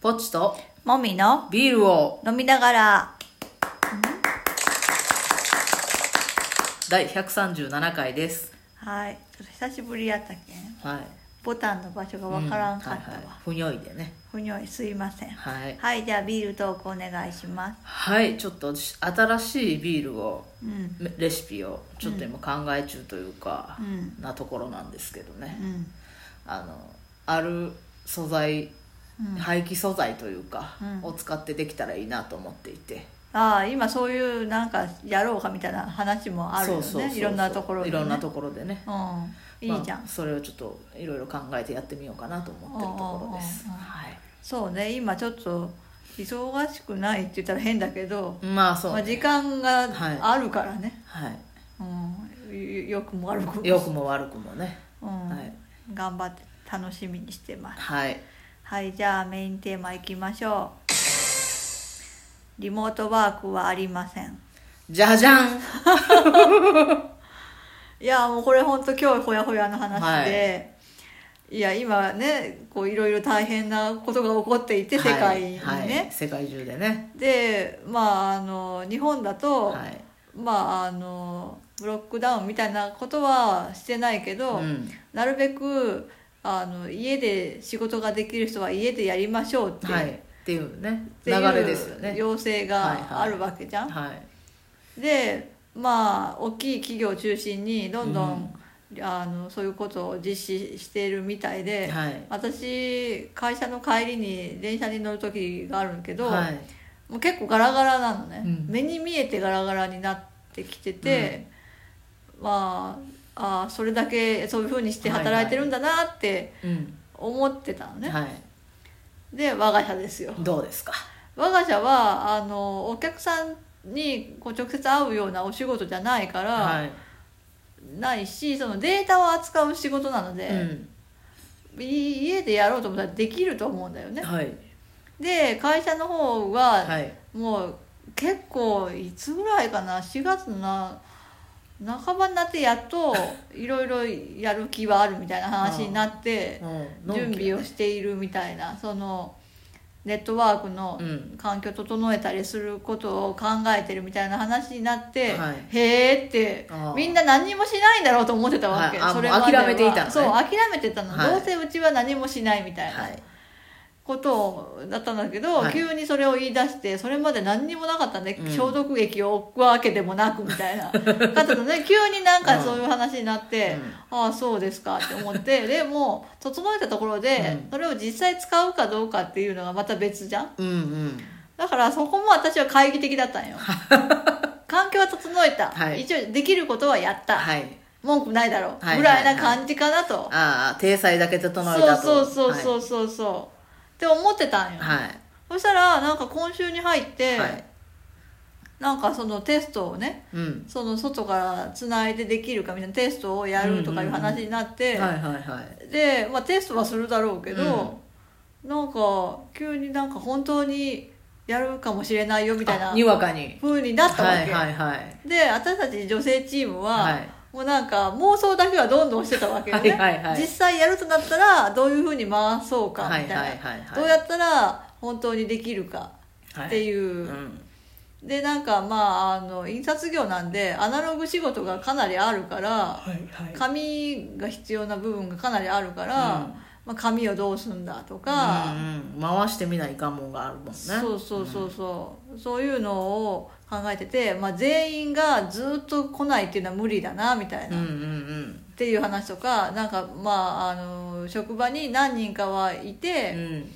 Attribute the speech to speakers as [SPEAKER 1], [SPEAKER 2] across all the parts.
[SPEAKER 1] ポチと
[SPEAKER 2] もみの
[SPEAKER 1] ビールを
[SPEAKER 2] 飲みながら
[SPEAKER 1] 第137回です。
[SPEAKER 2] はいちょっと久しぶりやったけん
[SPEAKER 1] はい。
[SPEAKER 2] ボタンの場所がわからんかっ
[SPEAKER 1] う
[SPEAKER 2] たわ、
[SPEAKER 1] はいはいふにょいでね。
[SPEAKER 2] ふにょいすいませんは
[SPEAKER 1] はい
[SPEAKER 2] い、。じゃあビールトークお願いします
[SPEAKER 1] はい、ちょっと私新しいビールを、
[SPEAKER 2] うん
[SPEAKER 1] レシピをちょっと今考え中というか、
[SPEAKER 2] うん
[SPEAKER 1] なところなんですけど
[SPEAKER 2] う
[SPEAKER 1] ね。
[SPEAKER 2] ん
[SPEAKER 1] あの、ある素材、
[SPEAKER 2] うん
[SPEAKER 1] 廃棄素材というか、
[SPEAKER 2] うん
[SPEAKER 1] を使ってできたらいいなと思っていて。
[SPEAKER 2] ああ今そういうなんかやろうかみたいな話もあるよね
[SPEAKER 1] そうそうそうそう
[SPEAKER 2] いろんなところで、ね、
[SPEAKER 1] いろんなところでね。
[SPEAKER 2] うんいいじゃん、
[SPEAKER 1] まあそれをちょっといろいろ考えてやってみようかなと思ってるところです。
[SPEAKER 2] おうおうおうおう
[SPEAKER 1] はい。
[SPEAKER 2] そうね今ちょっと忙しくないって言ったら変だけど、
[SPEAKER 1] まあそう、ね
[SPEAKER 2] まあ、時間が
[SPEAKER 1] はい
[SPEAKER 2] あるからね、
[SPEAKER 1] はい。
[SPEAKER 2] うんよくも悪くも
[SPEAKER 1] 良くも悪くもね
[SPEAKER 2] うん
[SPEAKER 1] はい
[SPEAKER 2] 頑張って楽しみにしてます
[SPEAKER 1] はい
[SPEAKER 2] はいじゃあメインテーマいきましょうリモートワークはありません
[SPEAKER 1] じゃじゃん
[SPEAKER 2] いやもうこれほんと今日ほやほやの話で、い、や今ねこういろいろ大変なことが起こっていて世界にね、
[SPEAKER 1] はいはい世界中でね
[SPEAKER 2] でまああの日本だと、
[SPEAKER 1] はい
[SPEAKER 2] まああのブロックダウンみたいなことはしてないけど、
[SPEAKER 1] うん
[SPEAKER 2] なるべくあの家で仕事ができる人は家でやりましょうって,、
[SPEAKER 1] はいっていうね
[SPEAKER 2] って
[SPEAKER 1] 流
[SPEAKER 2] いう
[SPEAKER 1] れですよね
[SPEAKER 2] 要請があるわけじゃん。
[SPEAKER 1] はい
[SPEAKER 2] でまあ大きい企業を中心にどんどん、あのそういうことを実施しているみたいで、
[SPEAKER 1] はい
[SPEAKER 2] 私会社の帰りに電車に乗る時があるんけど、
[SPEAKER 1] はい
[SPEAKER 2] もう結構ガラガラなのね、
[SPEAKER 1] うん
[SPEAKER 2] 目に見えてガラガラになってきてて、まああーそれだけそういうふうにして働いてるんだなって
[SPEAKER 1] うん
[SPEAKER 2] 思ってたのね、
[SPEAKER 1] はい
[SPEAKER 2] で我が社ですよ
[SPEAKER 1] どうですか
[SPEAKER 2] 我が社はあのお客さんにこう直接会うようなお仕事じゃないから、
[SPEAKER 1] はい
[SPEAKER 2] ないしそのデータを扱う仕事なの
[SPEAKER 1] う
[SPEAKER 2] で、
[SPEAKER 1] ん
[SPEAKER 2] い家でやろうと思ったらできると思うんだよね
[SPEAKER 1] はい
[SPEAKER 2] で会社の方は
[SPEAKER 1] はい
[SPEAKER 2] もう結構いつぐらいかな4月のな半ばになってやっといろいろやる気はあるみたいな話になって
[SPEAKER 1] うん
[SPEAKER 2] 準備をしているみたいなそのネットワークの
[SPEAKER 1] うん
[SPEAKER 2] 環境整えたりすることを考えてるみたいな話になって、
[SPEAKER 1] はい
[SPEAKER 2] へえって
[SPEAKER 1] あー
[SPEAKER 2] みんな何もしないんだろうと思ってたわけ、
[SPEAKER 1] はいあ
[SPEAKER 2] までは
[SPEAKER 1] もう諦めていたのね
[SPEAKER 2] そう諦めてたの、
[SPEAKER 1] はい
[SPEAKER 2] どうせうちは何もしないみたいな
[SPEAKER 1] はい
[SPEAKER 2] ことをだったんだけど、
[SPEAKER 1] はい
[SPEAKER 2] 急にそれを言い出してそれまで何にもなかったんで、
[SPEAKER 1] うん
[SPEAKER 2] 消毒液を置くわけでもなくみた いなだったのね急になん
[SPEAKER 1] う
[SPEAKER 2] か
[SPEAKER 1] ん
[SPEAKER 2] そういう話になって、ああそうですかって思ってでもう整えたところで、
[SPEAKER 1] うん
[SPEAKER 2] それを実際使うかどうかっていうのがまた別じゃん
[SPEAKER 1] うんうん
[SPEAKER 2] だからそこも私は懐疑的だっ たんよ環境は整えた、
[SPEAKER 1] はい
[SPEAKER 2] 一応できることはやった、
[SPEAKER 1] はい
[SPEAKER 2] 文句ないだろう、
[SPEAKER 1] はい
[SPEAKER 2] ぐらいな感じかなと、
[SPEAKER 1] ああ体裁だけ整えた
[SPEAKER 2] そ
[SPEAKER 1] と
[SPEAKER 2] うそうそうそうそうそう、って思ってたんよ、
[SPEAKER 1] はい
[SPEAKER 2] そしたらなんか今週に入っ
[SPEAKER 1] は
[SPEAKER 2] て、
[SPEAKER 1] いはい
[SPEAKER 2] なんかそのテストをね
[SPEAKER 1] うん
[SPEAKER 2] その外からつないでできるかみたいなテストをやるとかいう話になって、
[SPEAKER 1] はいはいはい
[SPEAKER 2] で、まあ、テストはするだろうけど、なんか急になんか本当にやるかもしれないよみたい
[SPEAKER 1] あ
[SPEAKER 2] な
[SPEAKER 1] にわかに
[SPEAKER 2] 風になったわけ、
[SPEAKER 1] はいはいはい
[SPEAKER 2] で私たち女性チームは、
[SPEAKER 1] はい
[SPEAKER 2] もうなんか妄想だけはどんどんしてたわけよね
[SPEAKER 1] はいはいはい
[SPEAKER 2] 実際やるとなったらどういうふうに回そうかみたいな、
[SPEAKER 1] はいはいはいはい
[SPEAKER 2] どうやったら本当にできるかっていう、
[SPEAKER 1] うん
[SPEAKER 2] でなんかまああの印刷業なんでアナログ仕事がかなりあるから
[SPEAKER 1] はいはい
[SPEAKER 2] 紙が必要な部分がかなりあるから、
[SPEAKER 1] うん
[SPEAKER 2] まあ、紙をどうすんだとか、
[SPEAKER 1] うんうん、回してみないかんもんがあるもんね
[SPEAKER 2] そうそうそうそう、そういうのを考えてて、まあ、全員がずっと来ないっていうのは無理だなみたいな、
[SPEAKER 1] うん
[SPEAKER 2] っ
[SPEAKER 1] うんうん
[SPEAKER 2] ていう話とかなんかまああの職場に何人かはい
[SPEAKER 1] うんう
[SPEAKER 2] て、
[SPEAKER 1] ん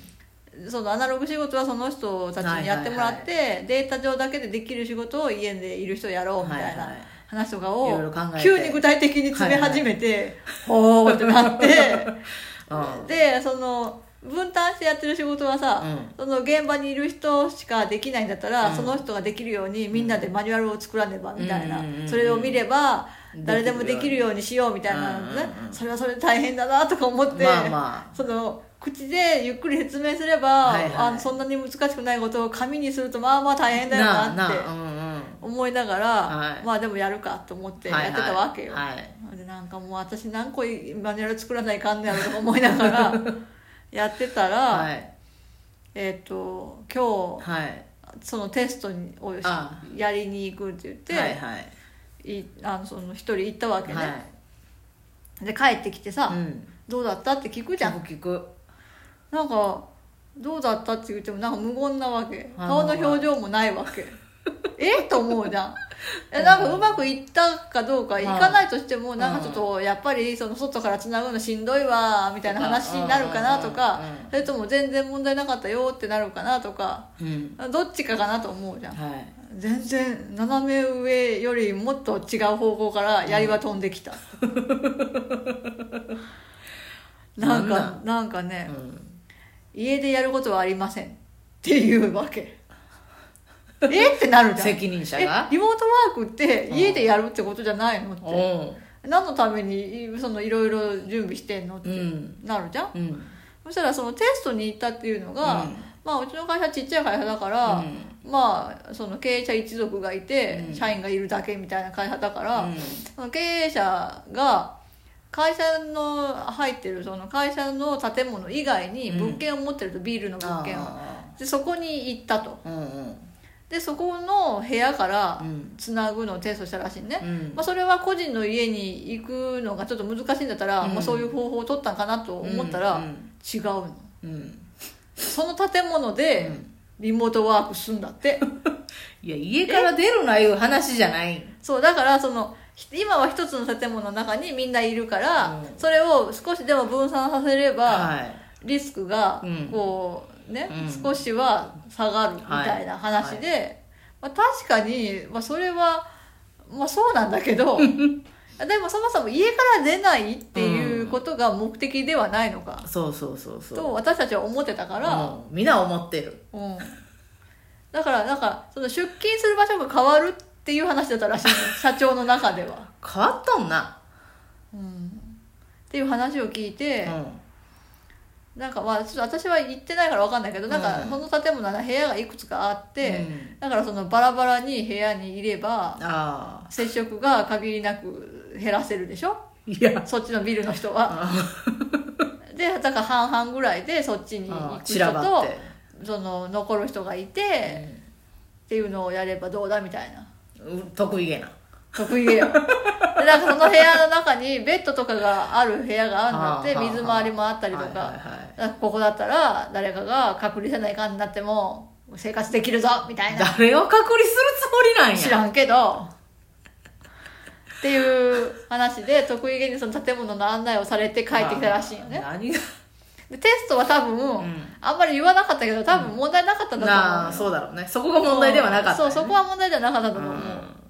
[SPEAKER 2] そのアナログ仕事はその人たちにやってもらって、データ上だけでできる仕事を家でいる人やろうみたいな。
[SPEAKER 1] はいはい
[SPEAKER 2] 話とか
[SPEAKER 1] いろい
[SPEAKER 2] を
[SPEAKER 1] ろ考えて
[SPEAKER 2] 急に具体的に詰め始めて、 おーってなって
[SPEAKER 1] うん
[SPEAKER 2] でその分担してやってる仕事はさ、その現場にいる人しかできないんだったら、
[SPEAKER 1] うん
[SPEAKER 2] その人ができるようにみんなでマニュアルを作らねばみたいな、
[SPEAKER 1] うんうんうんうん
[SPEAKER 2] それを見れば
[SPEAKER 1] うん
[SPEAKER 2] 誰でもできるようにしようみたいな、
[SPEAKER 1] うんうんうん
[SPEAKER 2] それはそれで大変だなとか思って、
[SPEAKER 1] まあま
[SPEAKER 2] その口でゆっくり説明すれば、
[SPEAKER 1] いはい
[SPEAKER 2] あのそんなに難しくないことを紙にするとまあまあ大
[SPEAKER 1] あ
[SPEAKER 2] 変だよ
[SPEAKER 1] なあ
[SPEAKER 2] なって
[SPEAKER 1] なあうんうん
[SPEAKER 2] 思いながら、
[SPEAKER 1] はい
[SPEAKER 2] まあでもやるかと思ってやってたわけよ、
[SPEAKER 1] はいはい
[SPEAKER 2] でなんかもう私何個マ ニュアル作らないかんねやろとか思いながらやってたら、
[SPEAKER 1] はい
[SPEAKER 2] えっ、と今
[SPEAKER 1] はい
[SPEAKER 2] 日そのテストにをし
[SPEAKER 1] あ
[SPEAKER 2] やりに行くって言って、
[SPEAKER 1] はいはい
[SPEAKER 2] いあのその一人行ったわけね、
[SPEAKER 1] はい
[SPEAKER 2] で帰ってきてさ、
[SPEAKER 1] うん
[SPEAKER 2] どうだったって聞くじゃん、
[SPEAKER 1] 聞く
[SPEAKER 2] なんかどうだったって言ってもなんか無言なわけ
[SPEAKER 1] あー
[SPEAKER 2] 顔の表情もないわけ えと思うじゃんえなんかうまくいったかどうか
[SPEAKER 1] うん
[SPEAKER 2] いかないとしても
[SPEAKER 1] うん
[SPEAKER 2] なんかちょっとやっぱりその外からつなぐのしんどいわみたいな話になるかなとか
[SPEAKER 1] うんうんうんうん
[SPEAKER 2] それとも全然問題なかったよってなるかなとか
[SPEAKER 1] うん
[SPEAKER 2] どっちかかなと思うじゃん
[SPEAKER 1] はい
[SPEAKER 2] 全然斜め上よりもっと違う方向から槍は飛んできた、なんか
[SPEAKER 1] なん
[SPEAKER 2] なんかね、
[SPEAKER 1] うん
[SPEAKER 2] 家でやることはありませんっていうわけえってなるじゃん
[SPEAKER 1] 責任者
[SPEAKER 2] え
[SPEAKER 1] が
[SPEAKER 2] リモートワークって家でやるってことじゃないのっ
[SPEAKER 1] う
[SPEAKER 2] て、
[SPEAKER 1] ん
[SPEAKER 2] 何のためにそのいろいろ準備してんのって
[SPEAKER 1] うん
[SPEAKER 2] なるじゃん、
[SPEAKER 1] うん
[SPEAKER 2] そしたらそのテストに行ったっていうのが、
[SPEAKER 1] うん
[SPEAKER 2] まあうちの会社ちっちゃい会社だから、まあその経営者一族がいて、
[SPEAKER 1] うん
[SPEAKER 2] 社員がいるだけみたいな会社だから、
[SPEAKER 1] うん
[SPEAKER 2] その経営者が会社の入ってるその会社の建物以外に物件を持ってると、ビールの物件を
[SPEAKER 1] あ
[SPEAKER 2] でそこに行ったと
[SPEAKER 1] ーうんうん
[SPEAKER 2] でそこの部屋から
[SPEAKER 1] うん
[SPEAKER 2] つなぐのをテストしたらしいね、
[SPEAKER 1] うん
[SPEAKER 2] まあ、それは個人の家に行くのがちょっと難しいんだったら、
[SPEAKER 1] うん
[SPEAKER 2] まあ、そういう方法を取ったんかなと思ったら、
[SPEAKER 1] うん
[SPEAKER 2] 違うの
[SPEAKER 1] うん
[SPEAKER 2] その建物で
[SPEAKER 1] うん
[SPEAKER 2] リモートワークすんだって
[SPEAKER 1] いや家から出るないう話じゃない
[SPEAKER 2] そうだからそのひ今は一つの建物の中にみんないるから、
[SPEAKER 1] うん
[SPEAKER 2] それを少しでも分散させれば
[SPEAKER 1] はい
[SPEAKER 2] リスクが
[SPEAKER 1] うん
[SPEAKER 2] こうね、
[SPEAKER 1] うん
[SPEAKER 2] 少しは下がるみたいな話で、まあ、確かに、まあ、それは、まあ、そうなんだ けどでもそもそも家から出ないっていうことが目的ではないのか、
[SPEAKER 1] そうそうそうそう
[SPEAKER 2] と私たちは思ってたから、
[SPEAKER 1] うんみんな思ってる
[SPEAKER 2] うんだからなんかその出勤する場所が変わるっていう話だったらしい社長の中では。
[SPEAKER 1] 変わっとんな
[SPEAKER 2] うんっていう話を聞いて、
[SPEAKER 1] う
[SPEAKER 2] なんかまあちょっと私は行ってないから分かんないけど、なんか
[SPEAKER 1] うん
[SPEAKER 2] その建物は部屋がいくつかあって、
[SPEAKER 1] うん
[SPEAKER 2] だからそのバラバラに部屋にいれば
[SPEAKER 1] んあ
[SPEAKER 2] 接触が限りなく減らせるでしょ
[SPEAKER 1] ーいや
[SPEAKER 2] そっちのビルの人は。 でだから半々ぐらいでそっちに行
[SPEAKER 1] あー
[SPEAKER 2] く
[SPEAKER 1] 散
[SPEAKER 2] 人
[SPEAKER 1] らばっ
[SPEAKER 2] と
[SPEAKER 1] て
[SPEAKER 2] その残る人がいて、っていうのをやればどうだみたいな。
[SPEAKER 1] うん得意げな
[SPEAKER 2] 得意げよでなんかその部屋の中にベッドとかがある部屋があるんだ
[SPEAKER 1] はあ
[SPEAKER 2] っ
[SPEAKER 1] は
[SPEAKER 2] て
[SPEAKER 1] あ
[SPEAKER 2] 水回りもあったりと
[SPEAKER 1] はいはい
[SPEAKER 2] か
[SPEAKER 1] はい
[SPEAKER 2] なんかここだったら誰かが隔離せないかんになっても生活できるぞみたいな
[SPEAKER 1] 誰を隔離するつもりなんや
[SPEAKER 2] 知らんけどっていう話で得意げにその建物の案内をされて帰ってきたらしいよね
[SPEAKER 1] あー何が
[SPEAKER 2] でテストは多分、
[SPEAKER 1] ん
[SPEAKER 2] あんまり言わなかったけど多分問題なかったんだと思うよ
[SPEAKER 1] なあそうだろうねそこが問題ではなかった
[SPEAKER 2] そ
[SPEAKER 1] よ
[SPEAKER 2] う
[SPEAKER 1] ね
[SPEAKER 2] そこは問題じゃなかったと思う、
[SPEAKER 1] うん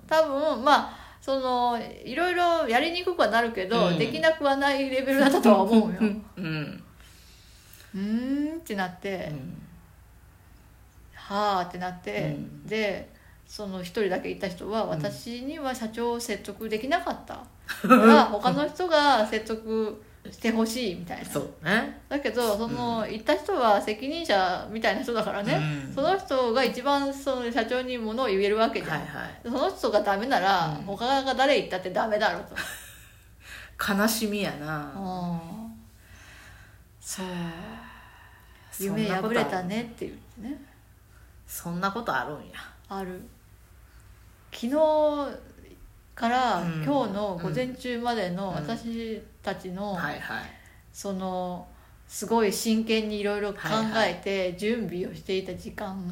[SPEAKER 2] 多分まあそのいろいろやりにくくはなるけど、
[SPEAKER 1] うん
[SPEAKER 2] できなくはないレベルだったとは思う よう
[SPEAKER 1] うん
[SPEAKER 2] ーんってなって、はあってなって、
[SPEAKER 1] うん
[SPEAKER 2] でその一人だけ行った人は私には社長を説得できな かった、から他の人が説得してほしいみたいな
[SPEAKER 1] そうね
[SPEAKER 2] だけどその行った人は責任者みたいな人だからね、
[SPEAKER 1] うん
[SPEAKER 2] その人が一番その社長にものを言えるわけじゃん、
[SPEAKER 1] はいはい
[SPEAKER 2] その人がダメなら、
[SPEAKER 1] うん
[SPEAKER 2] 他が誰言ったってダメだろうと。
[SPEAKER 1] 悲しみやなそう
[SPEAKER 2] 夢
[SPEAKER 1] そんな
[SPEAKER 2] 破
[SPEAKER 1] ことあ
[SPEAKER 2] れたねって言ってね。
[SPEAKER 1] そんなことあるんや
[SPEAKER 2] ある。昨日から
[SPEAKER 1] うん
[SPEAKER 2] 今日の午前中までの
[SPEAKER 1] うん
[SPEAKER 2] 私たちの、
[SPEAKER 1] はいはい
[SPEAKER 2] そのすごい真剣にいろいろ考えて準備をしていた時間、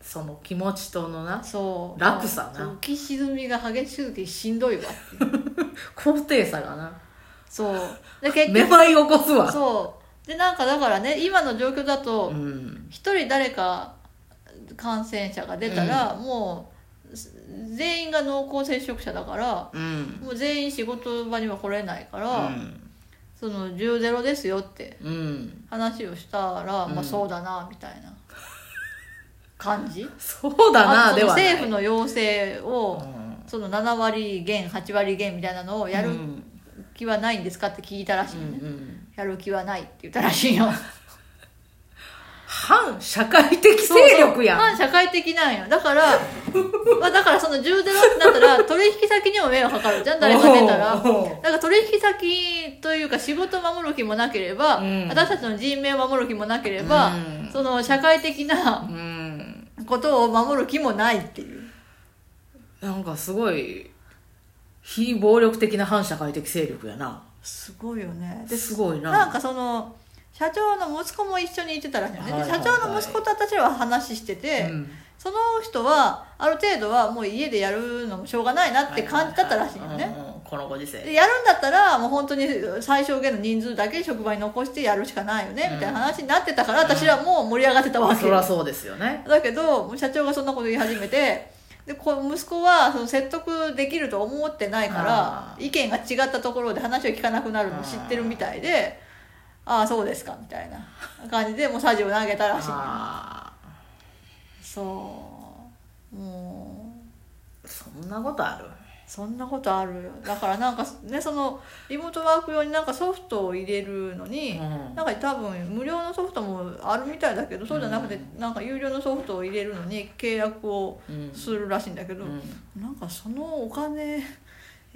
[SPEAKER 1] その気持ちとのな
[SPEAKER 2] そう
[SPEAKER 1] 落差な
[SPEAKER 2] 浮き沈みが激しくてしんどいわっていう
[SPEAKER 1] 高低差がな
[SPEAKER 2] そうで結
[SPEAKER 1] め
[SPEAKER 2] 局
[SPEAKER 1] まい起こすわ
[SPEAKER 2] そうでなんかだからね今の状況だと、
[SPEAKER 1] うん
[SPEAKER 2] 一人誰か感染者が出たら、もうす全員が濃厚接触者だから
[SPEAKER 1] うん
[SPEAKER 2] もう全員仕事場には来れないから、
[SPEAKER 1] うん
[SPEAKER 2] その10ゼロですよって
[SPEAKER 1] うん
[SPEAKER 2] 話をしたら、
[SPEAKER 1] うん
[SPEAKER 2] まあそうだなみたいな感じ
[SPEAKER 1] そう だ
[SPEAKER 2] あ
[SPEAKER 1] な
[SPEAKER 2] と
[SPEAKER 1] で
[SPEAKER 2] その
[SPEAKER 1] はない
[SPEAKER 2] 政府の要請を、
[SPEAKER 1] うん
[SPEAKER 2] その7割減8割減みたいなのをやる
[SPEAKER 1] うん
[SPEAKER 2] 気はないんですかって聞いたらしい
[SPEAKER 1] うん
[SPEAKER 2] ね、
[SPEAKER 1] うん
[SPEAKER 2] やる気はないって言ったら しいよ
[SPEAKER 1] 反社会的勢力やん
[SPEAKER 2] そうそう反社会的なんよだからまあだからその10ゼロってなっ たら取引先にも迷惑かかるじゃん誰か出たら
[SPEAKER 1] おー
[SPEAKER 2] だから取引先というか仕事を守る気もなければ、
[SPEAKER 1] うん
[SPEAKER 2] 私たちの人命を守る気もなければ、
[SPEAKER 1] うんん
[SPEAKER 2] その社会的な
[SPEAKER 1] うん
[SPEAKER 2] ことを守る気もないっていう
[SPEAKER 1] なんかすごい非暴力的な反社会的勢力やな
[SPEAKER 2] すごいよねです
[SPEAKER 1] ごいな
[SPEAKER 2] なんかその社長の息子も一緒にいてたらしいよね、で
[SPEAKER 1] はいはいはい
[SPEAKER 2] 社長の息子と私らは話してて、
[SPEAKER 1] うん
[SPEAKER 2] その人はある程度はもう家でやるのもしょうがないなって感じだったらしいよね、
[SPEAKER 1] はははうんうんこのご時
[SPEAKER 2] で
[SPEAKER 1] 世
[SPEAKER 2] やるんだったらもう本当に最小限の人数だけ職場に残してやるしかないよね、
[SPEAKER 1] うん
[SPEAKER 2] みたいな話になってたから私らもう盛り上がってたわけ
[SPEAKER 1] そりゃそうですよね
[SPEAKER 2] だけど社長がそんなこと言い始めてでこう息子はその説得できると思ってないから
[SPEAKER 1] あ
[SPEAKER 2] 意見が違ったところで話を聞かなくなるの知ってるみたいでああそうですかみたいな感じでもうサジを投げたらしい
[SPEAKER 1] あ
[SPEAKER 2] そうもう
[SPEAKER 1] ーそんなことある
[SPEAKER 2] そんなことあるよだからなんかねそのリモートワーク用になんかソフトを入れるのに、
[SPEAKER 1] うん
[SPEAKER 2] なんか多分無料のソフトもあるみたいだけどそうじゃなくて、なんか有料のソフトを入れるのに契約を
[SPEAKER 1] うん
[SPEAKER 2] するらしいんだけど、
[SPEAKER 1] うん
[SPEAKER 2] なんかそのお金、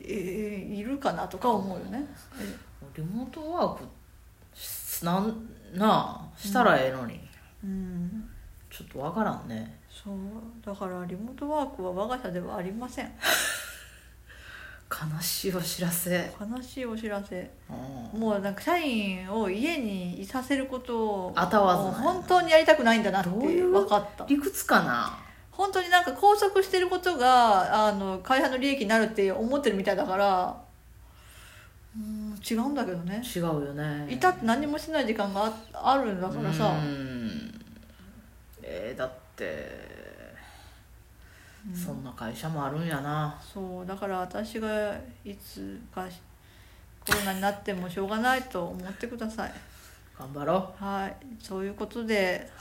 [SPEAKER 2] えーいるかなとか思うよね、
[SPEAKER 1] リモートワークしなんなあしたらええのに、
[SPEAKER 2] うん、
[SPEAKER 1] ちょっとわからんね
[SPEAKER 2] そうだからリモートワークは我が社ではありません
[SPEAKER 1] 悲しいお知らせ、
[SPEAKER 2] 悲しいお知らせ
[SPEAKER 1] うん
[SPEAKER 2] もうなんか社員を家にいさせることを
[SPEAKER 1] あたわず
[SPEAKER 2] も
[SPEAKER 1] な
[SPEAKER 2] う
[SPEAKER 1] い
[SPEAKER 2] 本当にやりたくないんだなって
[SPEAKER 1] どういう
[SPEAKER 2] 分かった
[SPEAKER 1] 理屈かな
[SPEAKER 2] 本当になんか拘束してることがあの会社の利益になるって思ってるみたいだからうん違うんだけどね
[SPEAKER 1] 違うよね
[SPEAKER 2] いたって何もしない時間がああるんだからさ
[SPEAKER 1] うんえーだって、そんな会社もあるんやな
[SPEAKER 2] そうだから私がいつかしコロナになってもしょうがないと思ってください
[SPEAKER 1] 頑張ろ
[SPEAKER 2] はいそういうことで